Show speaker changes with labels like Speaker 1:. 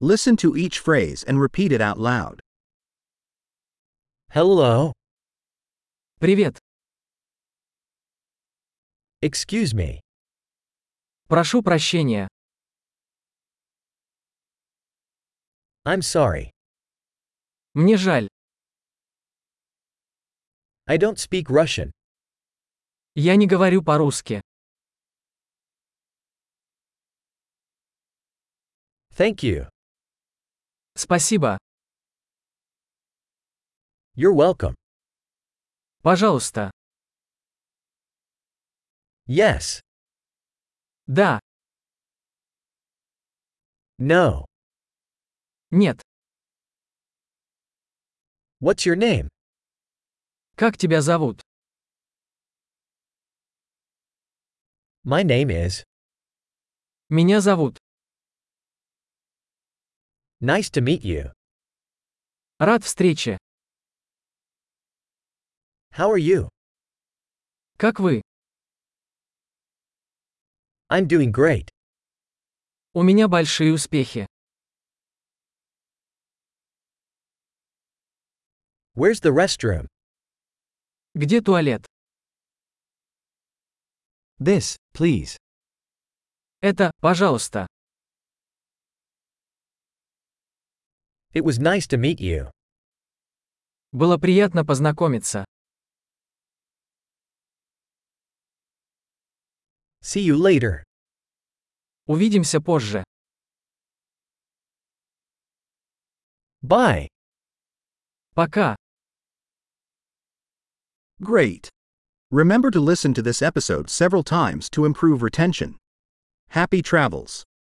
Speaker 1: Listen to each phrase and repeat it out loud.
Speaker 2: Hello.
Speaker 3: Привет.
Speaker 2: Excuse me.
Speaker 3: Прошу прощения.
Speaker 2: I'm sorry.
Speaker 3: Мне жаль.
Speaker 2: I don't speak Russian.
Speaker 3: Я не говорю по-русски.
Speaker 2: Thank you.
Speaker 3: Спасибо.
Speaker 2: You're welcome.
Speaker 3: Пожалуйста.
Speaker 2: Yes.
Speaker 3: Да.
Speaker 2: No.
Speaker 3: Нет.
Speaker 2: What's your name?
Speaker 3: Как тебя зовут?
Speaker 2: My name is.
Speaker 3: Меня зовут.
Speaker 2: Nice to meet you.
Speaker 3: Рад встрече.
Speaker 2: How are you?
Speaker 3: Как вы?
Speaker 2: I'm doing great.
Speaker 3: У меня большие успехи.
Speaker 2: Where's the restroom?
Speaker 3: Где туалет?
Speaker 2: This, please.
Speaker 3: Это, пожалуйста.
Speaker 2: It was nice to meet you.
Speaker 3: Было приятно познакомиться.
Speaker 2: See you later.
Speaker 3: Увидимся позже.
Speaker 2: Bye.
Speaker 3: Пока.
Speaker 1: Great. Remember to listen to this episode several times to improve retention. Happy travels.